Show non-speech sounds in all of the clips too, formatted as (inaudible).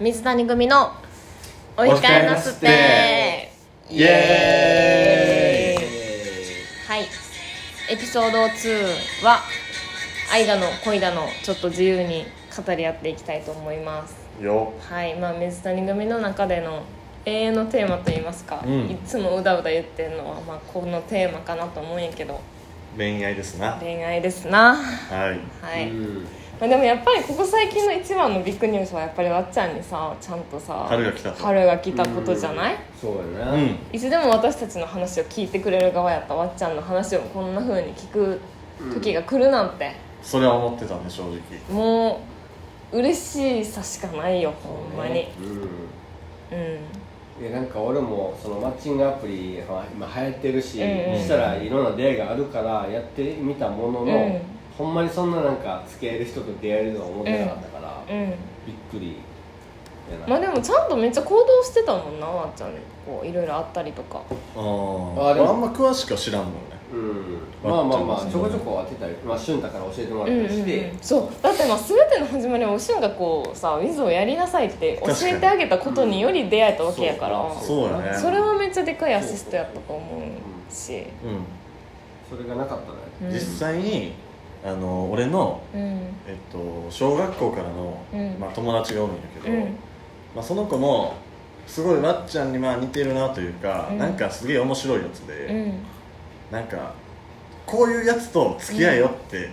水谷組のお控えなすってイエーイはいエピソード2は愛だの恋だのちょっと自由に語り合っていきたいと思いますよはいまあ水谷組の中での永遠のテーマといいますか、うんいつもうだうだ言ってるのは、まあ、このテーマかなと思うんやけど恋愛ですな恋愛ですなはいはい、うんまあ、でもやっぱりここ最近の一番のビッグニュースはやっぱりわっちゃんにさちゃんとさ春が来たと春が来たことじゃない、そうやな、うんいつでも私たちの話を聞いてくれる側やったわっちゃんの話をこんな風に聞く時が来るなんて、それは思ってたね正直もう嬉しいさしかないよほんまにうんうんでなんか俺もそのマッチングアプリは今流行ってるし、うんうんしたらいろんな出会いがあるからやってみたものの、うんほんまにそんななんか付き合える人と出会えるのは思ってなかったから、うんびっくりやなまあでもちゃんとめっちゃ行動してたもんなわっちゃんねこういろいろあったりとかああであもあんま詳しくは知らんもんねうん、まあまあまわっちゃんもあちょこちょこ当てたり、まあ、俊太から教えてもうんらうっんたりして、うん、そうだってまあ全ての始まりはおしゅんがこうさ「ウィズをやりなさい」って教えてあげたことにより出会えたわけやから、うんそそうやねれはめっちゃでかいアシストやったと思うしうそれがなかったら、うんん実際にあの俺のうんえっと小学校からのうんまあ友達がおるんやけうどんまあその子もすごいわっちゃんにまあ似てるなというかうんなんかすげえ面白いやつうでんなんかこういうやつと付き合えよって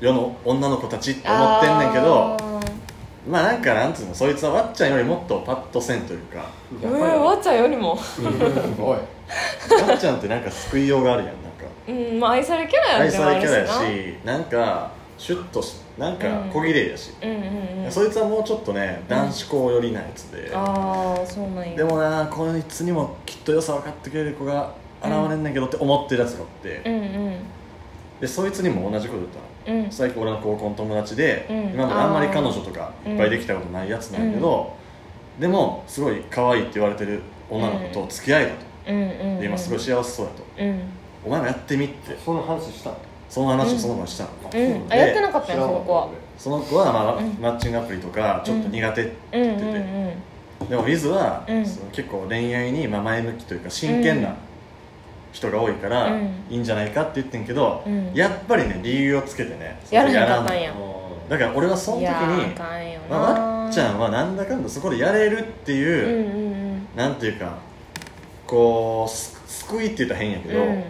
世の女の子たちって思ってんねんけどあーまあなんかなんつうのそいつはわっちゃんよりもっとパッとせんというかうやっん、ぱりわっちゃんよりも、うんおわいっちゃんってなんか救いようがあるやんなんかうんまあ、愛されキャラ愛でもさあれるキしャなラやしなんかシュッとしなんか小綺麗やし、うんうんうんそいつはもうちょっとね男子校寄りなやつで、ああそうなんやでもなこいつにもきっと良さ分かってくれる子が現れんねんけどって思ってるやつがおって、うんうんでそいつにも同じこと言ったのうん最近俺の高校の友達で、うん今まであんまり彼女とかいっぱいできたことないやつなんやけど、でもすごい可愛いって言われてる女の子と付き合えたと、うんうんうんで今すごい幸せそうやと、うんお前もやってみってその話したのその話をその子にしたの、うんあでやってなかったよその子はその子は、まあうんマッチングアプリとかちょっと苦手ってうんう言んってて、うんでも Wiz は、うんその結構恋愛にまあ前向きというか真剣うんな人が多いから、うんいいんじゃないかって言ってんけど、うんやっぱりね理由をつけてねやらへんかったんややらんだから俺はそのい時にやーあかんよなまあ、わっちゃんはなんだかんだそこでやれるってういんう、うんうんなんていうかこうす救いって言ったら変やけど、うん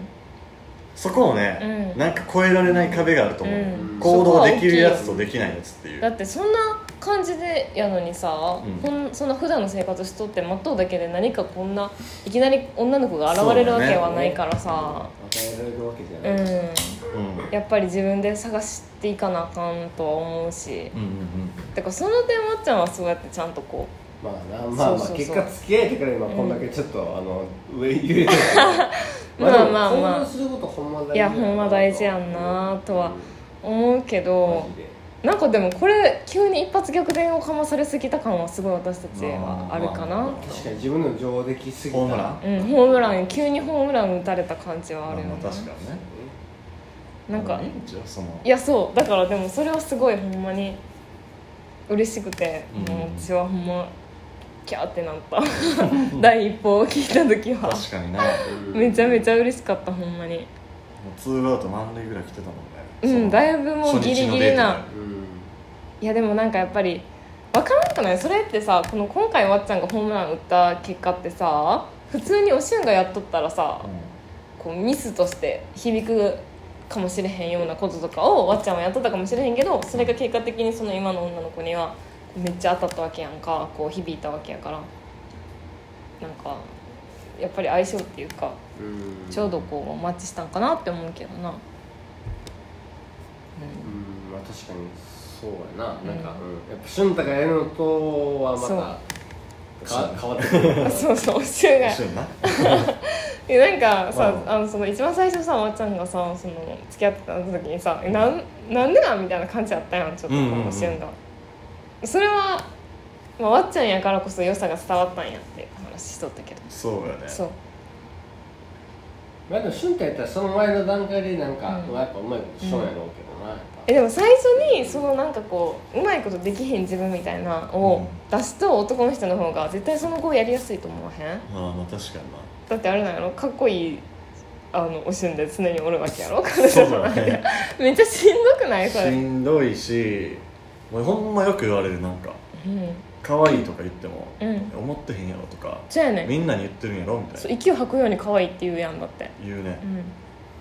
そこをね、うんなんか越えられない壁があると思う、うん行動できるやつそこは大とできないやつっていきいうだってそんな感じでやのにさ、うんこんそんな普段の生活しとってまっとうだけで何かこんないきなり女の子が現れるわけはないからさ与えられるわけじゃうない、ん、うんやっぱり自分で探していかなあかんとは思うしうんうんだからその点まっちゃんはそうやってちゃんとこまあなそまあまうあそうそう結果付き合えてから今こんだけちょっと、あの上言える (laughs) まあまあまあでも行動することほんま大事いやほんま大事やんなとはう思うけうんどマジでなんかでもこれ急に一発逆転をかまされすぎた感はすごい私たちはあるかなまあ確かに自分の情できすぎたホームランうんホームラン急にホームラン打たれた感じはあるよまあねまあ確かにねなんかいいんちゃうそのいやそうだからでもそれはすごいほんまに嬉しくて、うんもう私はほんまキャーってなった (laughs) 第一報を聞いた時は確かになめちゃめちゃゃ嬉しかったほんまにもうツーアウト満塁ぐらい来てたもんねうんだいぶもう初ギ日リのギデリータなうんいやでもなんかやっぱりわからんくないそれってさこの今回わっちゃんがホームラン打った結果ってさ普通におしゅんがやっとったらさこうミスとして響くかもしれへんようなこととかをわっちゃんはやっとったかもしれへんけどそれが結果的にその今の女の子にはめっちゃ当たったわけやんかこう響いたわけやからなんかやっぱり相性っていうかちょうどこうマッチしたんかなって思うけどな、うんまあ確かにそうやな、うんなんか、うん、やっぱ俊太がやるのとはまたそうか変わってくるうん、そうそうしゅううんが一緒になえなんかさ、うんあのその一番最初さまっちゃんがさその付き合ってた時にさ「えなんなんでなん?」みたいな感じだったやんちょっとこうんうんうんの瞬が、それは、まあ、わっちゃんやからこそ良さが伝わったんやって話しとったけどそうやねそうまあでも俊太やったらその前の段階でなんか、うんまあやっぱうまいことしとんやろうけどなやっぱえでも最初にそのなんかこううまいことできへん自分みたいなのを出すと男の人の方が絶対その子やりやすいと思わへんああまあ確かになだってあれなんやろかっこいいあのおしんで常におるわけやろ (laughs) そうだねめっちゃしんどくないそしれ、んどいしもうほんまよく言われるなんかうん可愛いとか言っても、うん思ってへんやろとかそうやねんみんなに言ってるんやろみたいそうな息を吐くように可愛いって言うやんだって言うねう、ん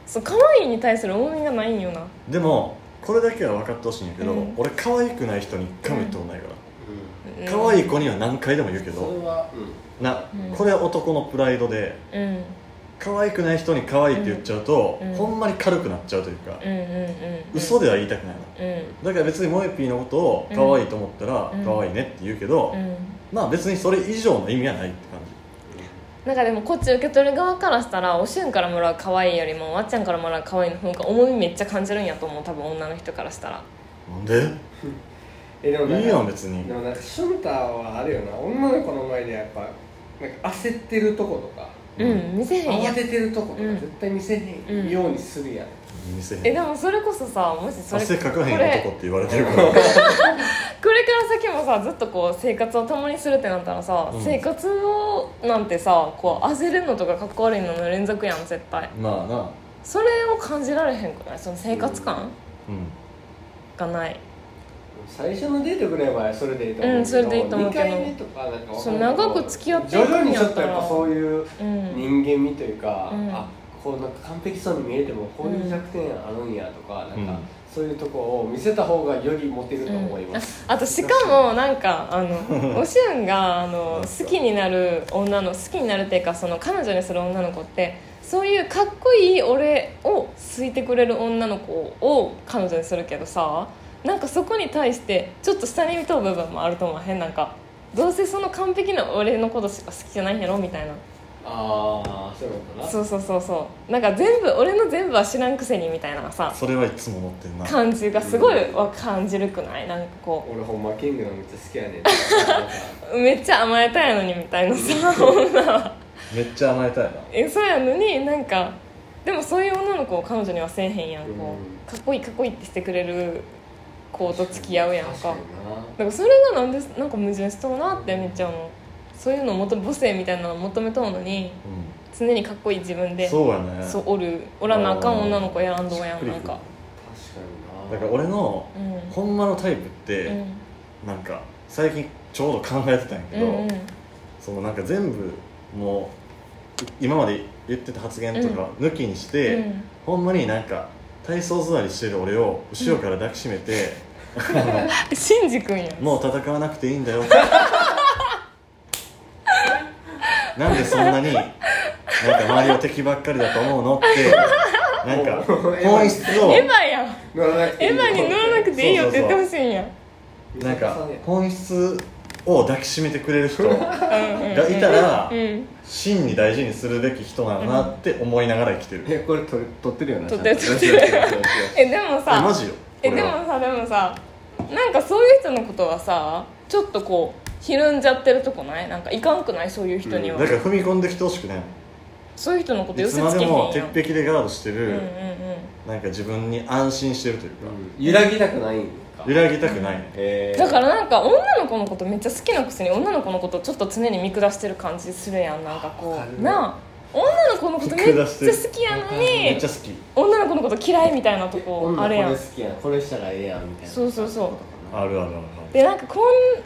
そう可愛いに対する重みがないんよなでもこれだけは分かってほしいんやけど、うん俺可愛くない人に一回も言ったことないから、うん可愛い子には何回でも言うけそれど、はうんな、うんこれは男のプライドでうんうん可愛くない人に可愛いって言っちゃうと、うんほんまに軽くなっちゃうというか、うんうんうん嘘では言いたくないのうんだから別に萌えピーのことを可愛いと思ったらうん可愛いねって言うけど、うんまあ別にそれ以上の意味はないって感じなんかでもこっち受け取る側からしたらおしゅんからもらう可愛いよりもわっちゃんからもらう可愛いの方が重みめっちゃ感じるんやと思う多分女の人からしたらなんでえでもなんいかいやん別にでもなんかシュンタはあるよな女の子の前でやっぱなんか焦ってるとことかうん、見せへんや慌んててるとことかうん絶対見せへんようにするやん、見せへんえでもそれこそさもしそれ汗かかへこんれ男って言われてるからこれから先もさずっとこう生活を共にするってなったらさ、うん生活をなんてさこう焦るのとかかっこ悪いのの連続やん絶対まあなそれを感じられへんくないその生活感うんがない、最初のデートぐらいはそれでいいと思うけどうんそれでいいと思うけど2回目とかなんかわかんないそう長く付き合ってい徐くんやったら々にちょっとやっぱそういううん、人間味というか、うんあこうなんか完璧そうに見えてもこういう弱点あるんやとか、うんなんかそういうとこを見せた方がよりモテると思います、あとしかもなんかあのおしゅんがあのなんすか好きになる女の好きになるっていうかその彼女にする女の子ってそういうかっこいい俺を好いてくれる女の子を彼女にするけどさなんかそこに対してちょっと下に見とう部分もあると思わへんなんかどうせその完璧な俺のことしか好きじゃないんやろみたいなああそういうことなそうそうそうそうなんか全部俺の全部は知らんくせにみたいなさそれはいつも思ってんな感じがすごいわ感じるくないなんかこう俺ほんまキングのめっちゃ好きやねん (laughs) なんかめっちゃ甘えたいのにみたいなさ女はめっちゃ甘えたいなえそうやのになんかでもそういう女の子を彼女にはせえへんやんこうかっこいいかっこいいってしてくれる子と付き合うやん確かになだからそれがなんでなんか矛盾しとうなってめっちゃ思うそういうのを求め母性みたいなのを求めとうのにう常にかっこいい自分んでそうやねそうおるおらなあかんあー女の子やんどうやしっくんなりくんるかだ確かになから俺のうんうんほんまのタイプってなんか最近ちょうど考えてたんやけうど、んうんそのなんか全部もうい今まで言ってた発言とか抜きにして、うんほんまになんか体操座りしてる俺を後ろから抱きしめて、シンジ君やんもう戦わなくていいんだよなんでそんなになんか周りを敵ばっかりだと思うのってなんかもう本質をエヴァやん乗らなくていエいヴァに乗らなくていいよって言ってほしいんやんなんか本質を抱きしめてくれる人ががいたらうん、真に大事にするべき人なんだなって思いながら生きてる、えこれ撮れ撮ってるよな撮ってるちゃんと撮ってる撮ってるえでもえマさジよえこでれもはさでもさなんかそういう人のことはさちょっとこうひるんじゃってるとこないなんかいかんくないそういう人には、だから踏み込んできてほしくないそういう人のことい寄つせまつけでへんやんも鉄壁でガードしてうんうんる、うんなんか自分に安心してるというか、うん揺らぎたくないんか揺らぎたくないね、えーだからなんか女の子のことめっちゃ好きなくせに女の子のことちょっと常に見下してる感じするやんなんかこわかうるなあ女の子のことめっちゃ見下してる好きやのめっにちゃ好き女の子のこと嫌いみたいなとこ女あれやこんれ好きやんこれしたらええやんみたいなそうそうそうあるあるあるでなんかこん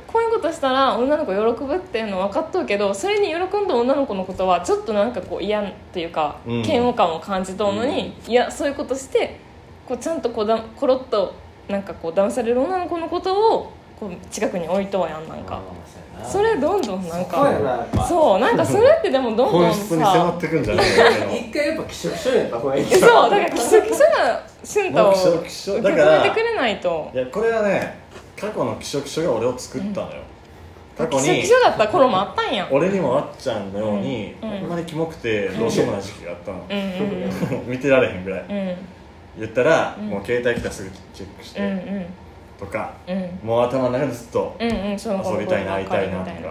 こういうことしたら女の子喜ぶっていうの分かっとうけどそれに喜んだ女の子のことはちょっとなんかこう嫌っていうか、うん嫌悪感を感じとうのに、いやそういうことしてこうちゃんとこうだコロッとなんかこう騙される女の子のことをこう近くに置いとうやんなんかそれどんどんなんそうやかなやっぱそうなんかそれってでもどんどん本質に迫さってくんじゃないか一回やっぱ気色しょやった方がいいそうだからきしょきしょな俊太をもうきしょ受きしけょ止めだからてくれないといやこれはね過去の気象気象が俺を作ったのよ、過き去しょにきしょだった頃もあったんやん俺にもあっちゃんのように、うんうんほんまにキモくてどうしようもない時期があったのう、んうんうん (laughs) 見てられへんぐらいうん言ったら、うんもう携帯来たらすぐチェックしうんて、とかうんもう頭の中でずっと、うんうんその子の遊びたいなことが会いたいな分るみと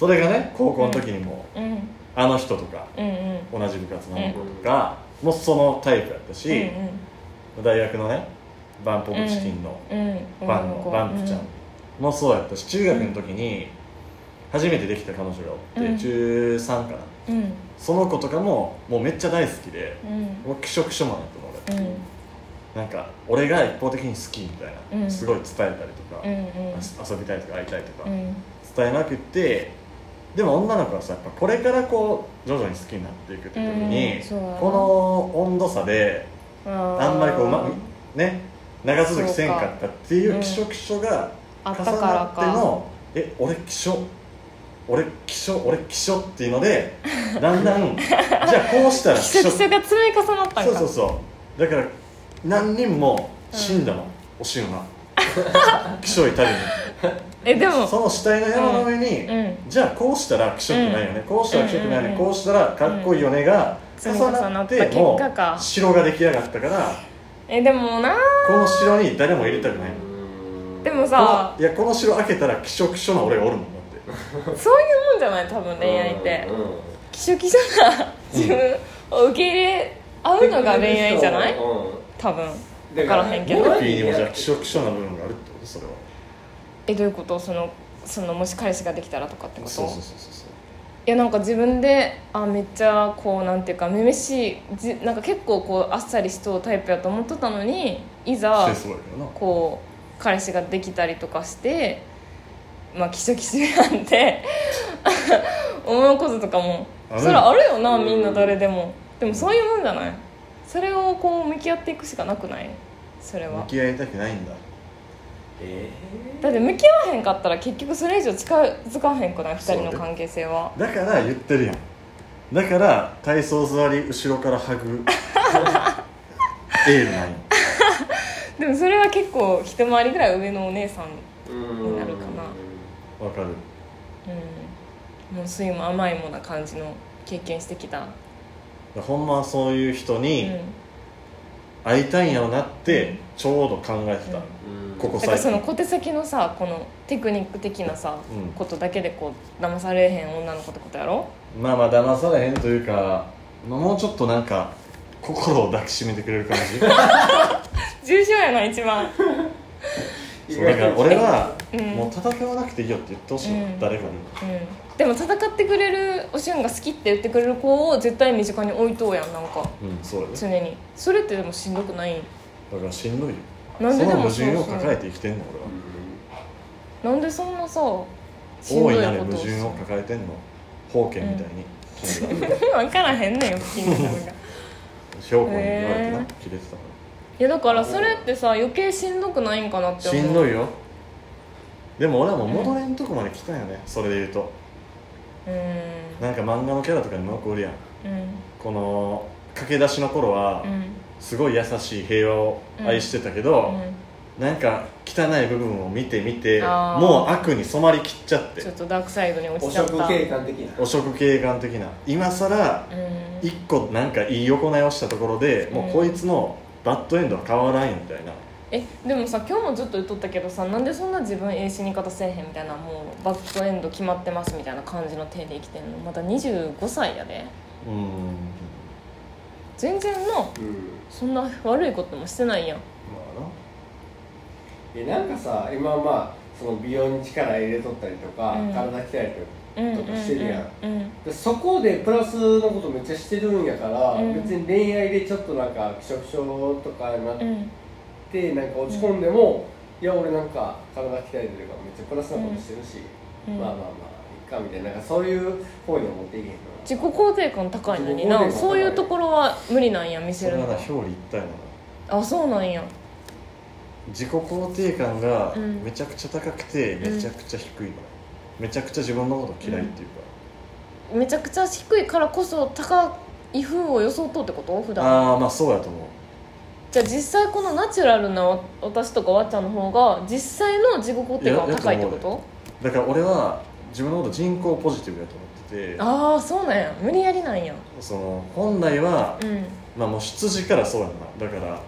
それがね高校の時にも、うんうんあの人とかうんうん同じ部活の子とか、もうそのタイプやったし、うん大学のねバンポブチキンのうんファンのバンプちゃんもそうやったし中学の時に初めてできた彼女がおって、うん中3かなうんうんその子とかももうめっちゃ大好きでうんもうクショクショマンやったの俺うんなんか俺が一方的に好きみたいな、うんすごい伝えたりとか、うんうん遊びたいとか会いたいとうか、ん伝えなくってでも女の子はさやっぱこれからこう徐々に好きになっていくって時に、うんそうだなこの温度差であーあんまりこううまね長続きせんかったっていそううか気象気象があっ重たからなってかの「え俺気象俺気象俺気象」っていう (laughs) のでだんだんじゃあこうしたら基礎基礎が積み重なったんかそうそうそうだから何人も死んだの、おしんは気象いたりえ (laughs) でもその死体の山の上に、うんじゃあこうしたら気象ってないよね、こうしたら気象ってないよね、うんうんうんこうしたらかっこいいよねがうん重なって積み重なっもた結果かう城が出来上がったからえでもなこの城に誰も入れたくないのでもこさのいやこの城開けたら気象気象な俺がおるもんだってそういうもんじゃない多分恋愛ってうんうん希少希少な自分を受け入れ合うのが恋愛じゃないうん多分だ分からへんけモどルフィーにもじゃあ気象気象な部分があるってことそれはえどういうことそのそのもし彼氏ができたらとかってことそうそうそうそいやなんか自分であめっちゃこうなんていうかめめしいじなんか結構こうあっさりしとうタイプやと思ってたのにいうしざてすごいよなこう彼氏ができたりとかしてまあキショキショなんて思うこととかもあるそれあるよなうんみんな誰でもでもそういうもんじゃないそれをこう向き合っていくしかなくないそれは向き合いたくないんだえだって向き合わへんかったら結局それ以上近づかへんくない2人の関係性はだから言ってるやんだから体操座り後ろからハグエールないのでもそれは結構一回りぐらい上のお姉さんーうんになるかなわかるうんもう酸いも甘いもな感じの経験してきたほんまはそういう人うんに会いたいんやろなってちょうど考えてた、うんうんここだからその小手先のさこのテクニック的なさ、うんことだけでこう騙されへん女の子ってことやろまあまあ騙されへんというか、まあ、もうちょっとなんか心を抱きしめてくれる感じそうだ重症やな一 (laughs) 番から俺はうんもう戦わなくていいよって言ってほしいの、うん誰かにうんでも戦ってくれるおしゅんが好きって言ってくれる子を絶対身近に置いとうやんなんかうんそうだね常にそれってでもしんどくないだからしんどいよなんででそのも矛そうそ盾をう抱えて生きてんの俺は、なんでそんなさしんど大いいなるこ矛とをす盾る (laughs) を抱えてんの封建みたいに、君が分からへんねんよ君の方がい兵庫に言われてな、へーキレてたからやだからそれってさ余計しんどくないんかなって思しうんどい、いよでも俺はもう戻れんとこまで来たよね、それで言うとうんなんか漫画のキャラとかにもよくおるやうんんこの駆け出しの頃は、うんすごい優しい平和を愛してたけど、うんなんか汚い部分を見て見てあーもう悪に染まりきっちゃってちょっとダークサイドに落汚ちちゃっ職た警官的な汚職警官的な今さらうん一個なんかいい行いをしたところで、もうこいつのバッドエンドは変わらんよみたいなえでもさ今日もずっと言っとったけどさなんでそんな自分ええ死に方せえへんみたいなもうバッドエンド決まってますみたいな感じの手で生きてんのまだ25歳やでうーん全然のうんそんな悪いこともしてないやんまえなんかさ今まあその美容に力入れとったりとか、うん体鍛えうんたりとかしてるやん,、うんうんでそこでプラスのことめっちゃしてるんやから、うん別に恋愛でちょっとなんか気色症とかになっうんうんて、なんか落ち込んでも、いや俺なんか体鍛えてるからめっちゃプラスなことしてるし、うんまあまあまあいっかみたいななんかそういう方には持っていけへんの自己肯定感高いのに自己肯定感な高いそういうところは無理なんや見あそせれるはのなが表裏一体なのあそうなんや自己肯定感がうんめちゃくちゃ高くて、うんめちゃくちゃ低いのめちゃくちゃ自分のこと嫌いっていうか、めちゃくちゃ低いからこそ高い風を装っとうってこと普段ああまあそうやと思うじゃあ実際このナチュラルなわ私とかわっちゃんの方が実際の自己肯定感が高いってこいややととだから俺は自分のこと人工ポジティブだと思っててああそうなんや無理やりなんやその本来はう、んまあ、もう出自からそうやんなだから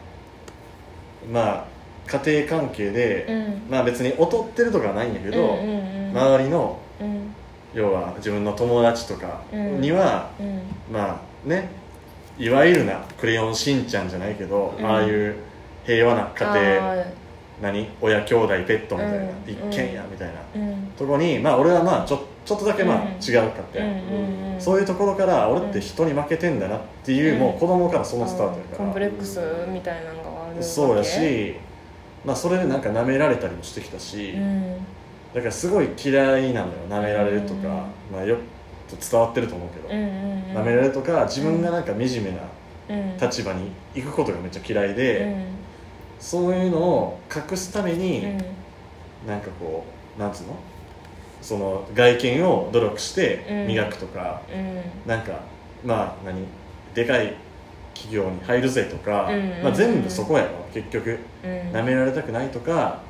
まあ家庭関係で、うんまあ別に劣ってるとかはないんやけうんど、うんうん周りのうん要は自分の友達とかには、うんまあねいわゆるな「クレヨンしんちゃん」じゃないけど、うんああいう平和な家庭あ何親兄弟ペットみたいな、うん一軒家みたいな、ーうんとこにまあ俺はまあちょちょっとだけまあうん違うかって、うんうんうんそういうところから俺って人に負けてんだなっていう、うんもう子供からそのスタートやかコンプら、レックスみたいなのがあるわけそうやしまあそれでなんか舐められたりもしてきたし、うんだからすごい嫌いなのよ舐められるとか、うんまあよっと伝わってると思うけど、うんうんうん舐められるとか自分がなんか惨めなうん立場に行くことがめっちゃ嫌いうで、んそういうのを隠すためうに、んなんかこうなんつうのその外見を努力して磨くとか、うんなんかまあ何でかい企業に入るぜとか、うんうんうんまあ、全部そこやろ結局うん舐められたくないとか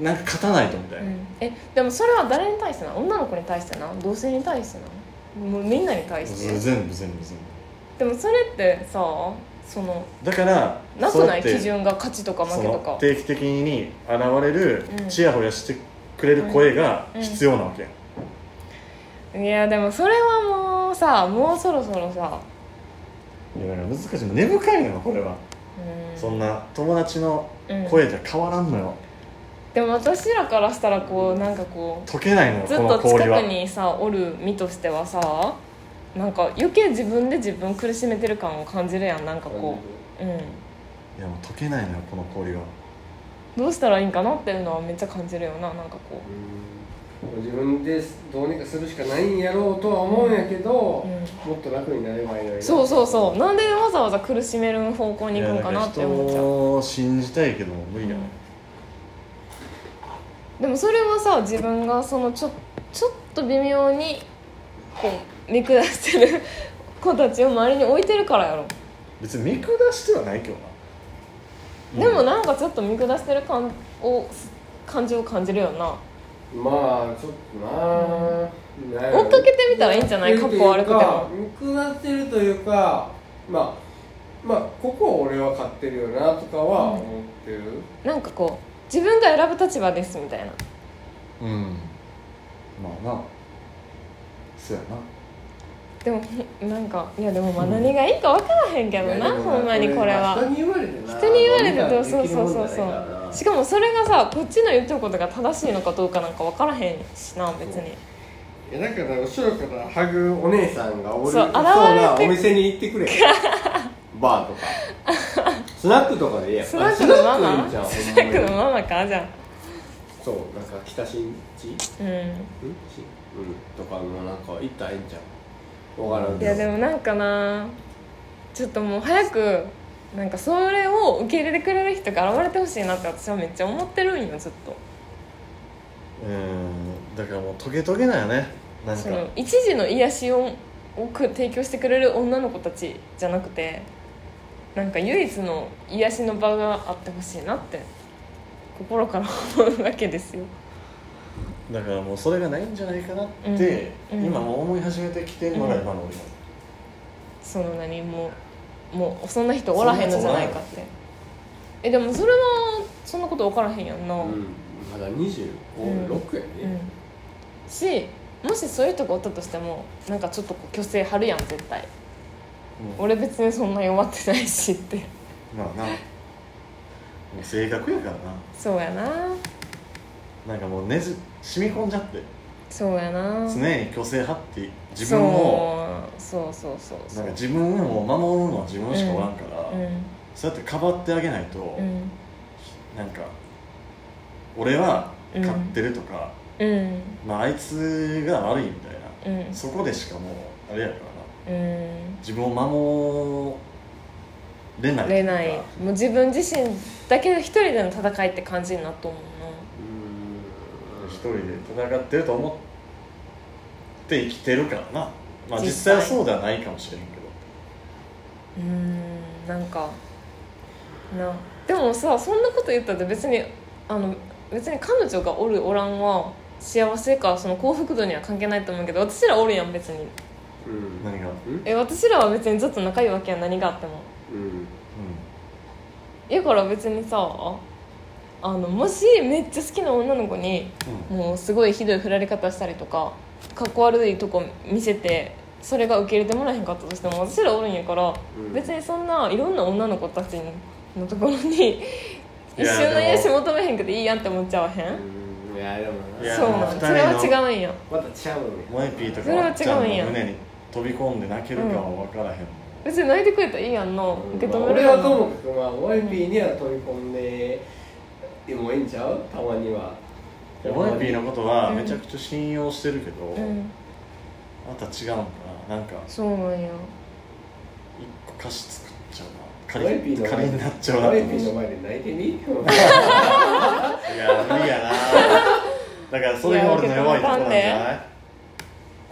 なんか勝たないとみたいうな、んえでもそれは誰に対してな女の子に対してな同性に対してなもうみんなに対して全部全部全部でもそれってさそのだからなくないそうや基って準が勝ちとか負そけとかの定期的に現れる、うんチヤホヤしてくれる声がうん必要なわけやん、いやでもそれはもうさもうそろそろさ、いやだから難しい根深いのよこれは、うん、そんな友達のうん声じゃ変わらんのよ、でも私らからしたらこうなんかこう溶けないのよずっこのと氷は近くにさおる身としてはさなんか余計自分で自分苦しめてる感を感じるやんなんかこう、うん、いやもう溶けないのよこの氷はどうしたらいいんかなっていうのはめっちゃ感じるよななんかこうん自分でどうにかするしかないんやろうとは思うんやけど、う、うん、もっと楽になればいいのにそうそうそうなんでわざわざ苦しめる方向に行くんかなって思っちゃういやなんか人を信じたいけども無理やね、でもそれはさ自分がそのちょちょっと微妙にこう見下してる子たちを周りに置いてるからやろ、別に見下してはないけどでなもななんかちょっと見下してる感を感情を感じるよなまあちょっとなあ、追っかけてみたらいいんじゃないかっこ悪くてもも下ってるというかまあまあここは俺は買ってるよなとかは思ってる、なんかこう自分が選ぶ立場ですみたいなうんまあなそうやなでもほんなんかいやでもまあ何がいいか分からへんけどいな、やでもほんまにこれは人に言われてな人に言われてどとうにかそうできるそもうんじゃそなういかそらなうしかもそれがさこっちの言ってることが正しいのかどうかなんか分からへんしな別にいやだから後ろからハグお姉さんがおるそう現それうてなお店に行ってくれバーとかスナックとかでいいやっスぱナッりクのママスナックいいスじナゃんックほんまのにママかじゃそうなんか北新地んしあううんとかのなんか行ったらええんちゃうわからんんいけどやでもなんかなちょっともう早くなんかそれを受け入れてくれる人が現れてほしいなって私はめっちゃ思ってるんよずっとうんだからもうトゲトゲだよねなんそかの一時の癒しををく提供してくれる女の子たちじゃなくてなんか唯一の癒しの場があってほしいなって心から思うわけですよだからもうそれがないんじゃないかなって、うんうん今もう思い始めてきてるのが今の俺なのその何もうもうそんな人おらへんのじゃないかってえでもそれはそんなこと分からへんやんな、ううんんまだうん256やねしもしそういう人がおったとしてもなんかちょっとこう虚勢張るやん絶対うん俺別にそんな弱ってないしって (laughs) まあなもう性格やからそうやなななんかもうねじ染み込んじゃってそうやな常に虚勢張って自分をそうそうそうそうそなうんか自分を守るのは自分しかおらんから、うんそうやってかばってあげないと、うんなんか俺は勝ってるとか、うんまあ、あいつが悪いみたいな、うんそこでしかもうあれやからなうん自分を守れないというれかないもう自分自身だけで一人での戦いって感じになっと思うん一人で戦ってると思って生きてるからな、ま実あ、際実際はそうではないかもしれんけどうなうんなんかなでもさそんなこと言ったって別にあの別に彼女がおるおらんは幸せかその幸福度には関係ないと思うけど私らおるやん別にうん何が、え私らは別にずっと仲いいわけやん何があってもうんだから別にさあのもしめっちゃ好きな女の子にもうすごいひどい振られ方したりとかかっこ悪いとこ見せてそれが受け入れてもらえへんかったとしても私らおるんやから、うん別にそんないろんな女の子たちにのところにい一や瞬のでも癒し求めへんけどいいやんって思っちゃわへんいやでもいやそうまなあ二ん人それはの違うんやまたちゃうね萌えピーとそかれは違わっちゃんのうんや胸に飛び込んで泣けるかは分からへんもん別に泣いてくれたらいいやんの受け止める俺やはんともかくまあ YP には飛び込んででもいいんちゃうたまには萌えピーのことはうんめちゃくちゃ信用してるけど、うんあなた違うんかななんかそうなんや一個歌詞作っちゃうな萌えピ仮ーの仮になっちゃうなと思っ YP ての前で泣いてみいや無理やなだからそれが俺の弱いところなんじゃない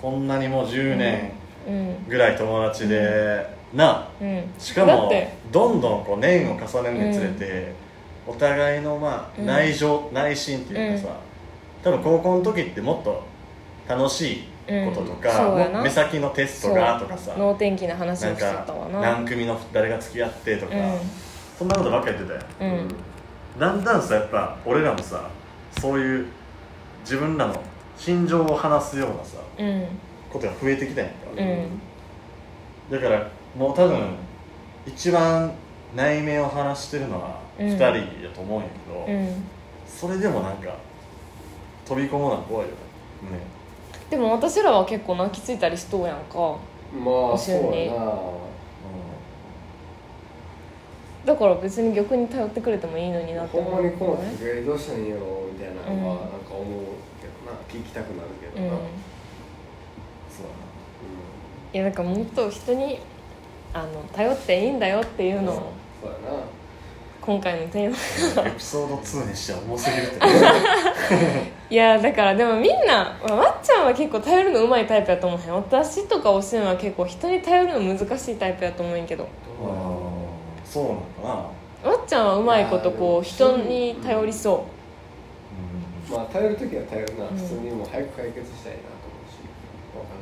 こんなにもう10年うんぐらい友達で、なうんしかだっもてどんどんこう年を重ねるにつれて、お互いのまあうん内情、内心っていうかさ、多分高校の時ってもっと楽しいこととうか、んそうやな目先のテストがとかさ能天気な話なをんしちゃったわかな何組の誰が付き合ってとか、うそんなことばっか言ってたよんうんだんだんさやっぱ俺らもさそういう自分らの心情を話すようなさうんことが増えてきたやんか、うんだからもう多分、一番内面を話してるのはうん2人やと思うんやけど、うんそれでもなんか飛び込むのは怖いよねでも私らは結構泣きついたりしとうやんかまあ一緒そにうやなだから別に逆に頼ってくれてもいいのになってほん思まうにこのね時ぐらいどうしたんよみたいなのはうんなんか思うけどな聞きたくなるけうどんな、そうういやなんかもっと人にあの頼っていいんだよっていうのをん、そうやな今回のテーマ (laughs) やなエピソード2にしては重すぎるっていやだからでもみんなまあわっちゃんは結構頼るのうまいタイプやと思うへん私とかおしんは結構人に頼るの難しいタイプやと思うんやけどあーそうなのかな、わっちゃんはうまいことこういやー人に頼りそまあ頼る時は頼るなうん普通にもう早く解決したいなと思うし分かん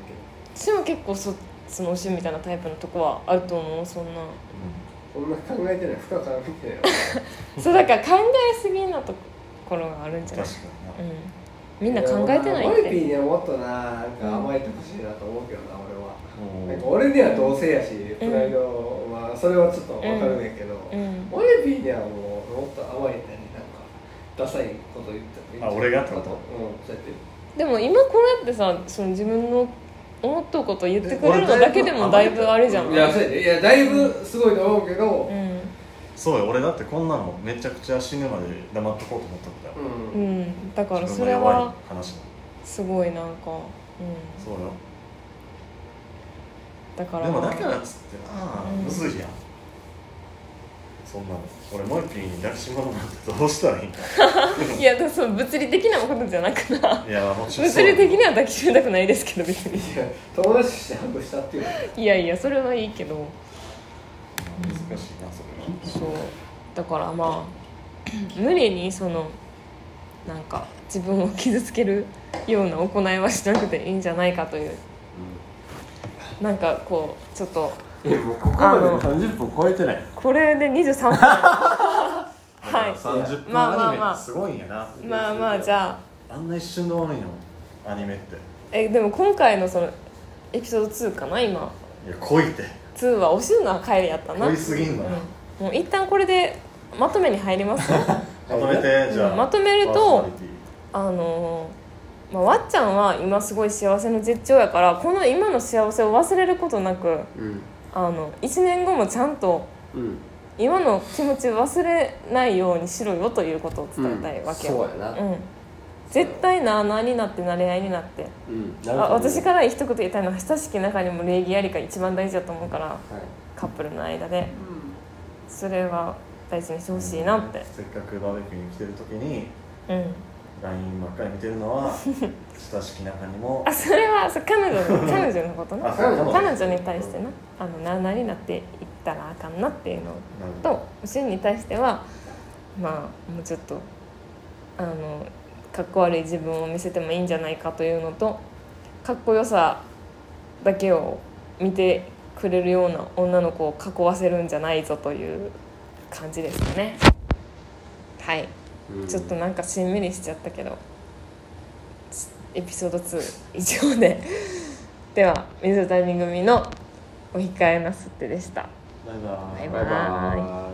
けどう私も結構そそのおしんみたいなタイプのとこはあると思うそんなそんな考えてない深く考えてないそうだから考えすぎなところがあるんじゃない確かにな、うんみんな考えてないマイっピてーにはもっとななんか甘えてほしいなと思うけどな俺はうんなんか俺には同性やしプライド、まあそれはちょっと分かるんやけど、うんマイピーにはもうもっと甘えたりなんかダサいこと言ってもいいんじゃないあ俺がってことうんそうやってでも今こうやってさその自分の思っとうこと言ってくれるのだけでもだいぶあれじゃんいやそうやでいやだいぶすごいと思うけどう、んそうよ俺だってこんなのめちゃくちゃ死ぬまで黙っとこうと思ったんだよ、うんうんだから自そ分のれ弱いは話だすごいなんかうんそうよだからでもだからっつってなあ、うんむずいやんそんなの俺モイピーに抱きしめるなんてどうしたらいいんかいやでもその物理的なことじゃなくない (laughs) やもちろん物理的になは抱きしめたくないですけど別にいや友達としてハグしたっていういやいやそれはいいけど難しいなそれはそうだからまあ (clears throat) 無理にそのなんか自分を傷つけるような行いはしなくていいんじゃないかという、なんかこうちょっとえもうここまであの30分超えてないこれで23分 (laughs) は30分まあまあアニメまあってすごいんやな、いまあまあじゃああ、んな一瞬で終わるんやもんアニメってえでも今回のそのエピソード2かな今いや濃いって2は惜しいのは帰りやったな、濃ういん、すぎんのよ、もう一旦これでまとめに入りますまとめて、じゃあまとめるとパーソナリティあのーまあ、わっちゃんは今すごい幸せの絶頂やからこの今の幸せを忘れることなくうんあの1年後もちゃんとうん今の気持ちを忘れないようにしろよということを伝えたいわけよ、そうやうなん絶対なあなあになってなれ合いになってうんあ私から一言言いたいのは親しき中にも礼儀ありが一番大事だと思うからはいカップルの間でそれは大事にしてほしいなってせっかくバーベキューに来てる時にうん LINE ばっかり見てる (laughs) のは親しき中にもあそれはそう彼女の彼女のことねあそう彼女に対してなあのなあなあになっていったらあかんなっていうのなるほどと主に対してはまあもうちょっとあのかっこ悪い自分を見せてもいいんじゃないかというのとかっこよさだけを見てくれるような女の子を囲わせるんじゃないぞという感じですかねはいうんちょっとなんかしんみりしちゃったけどしエピソード2以上ででは水谷組のお控えなすってでしたバイバーイバイバーイバイバーイ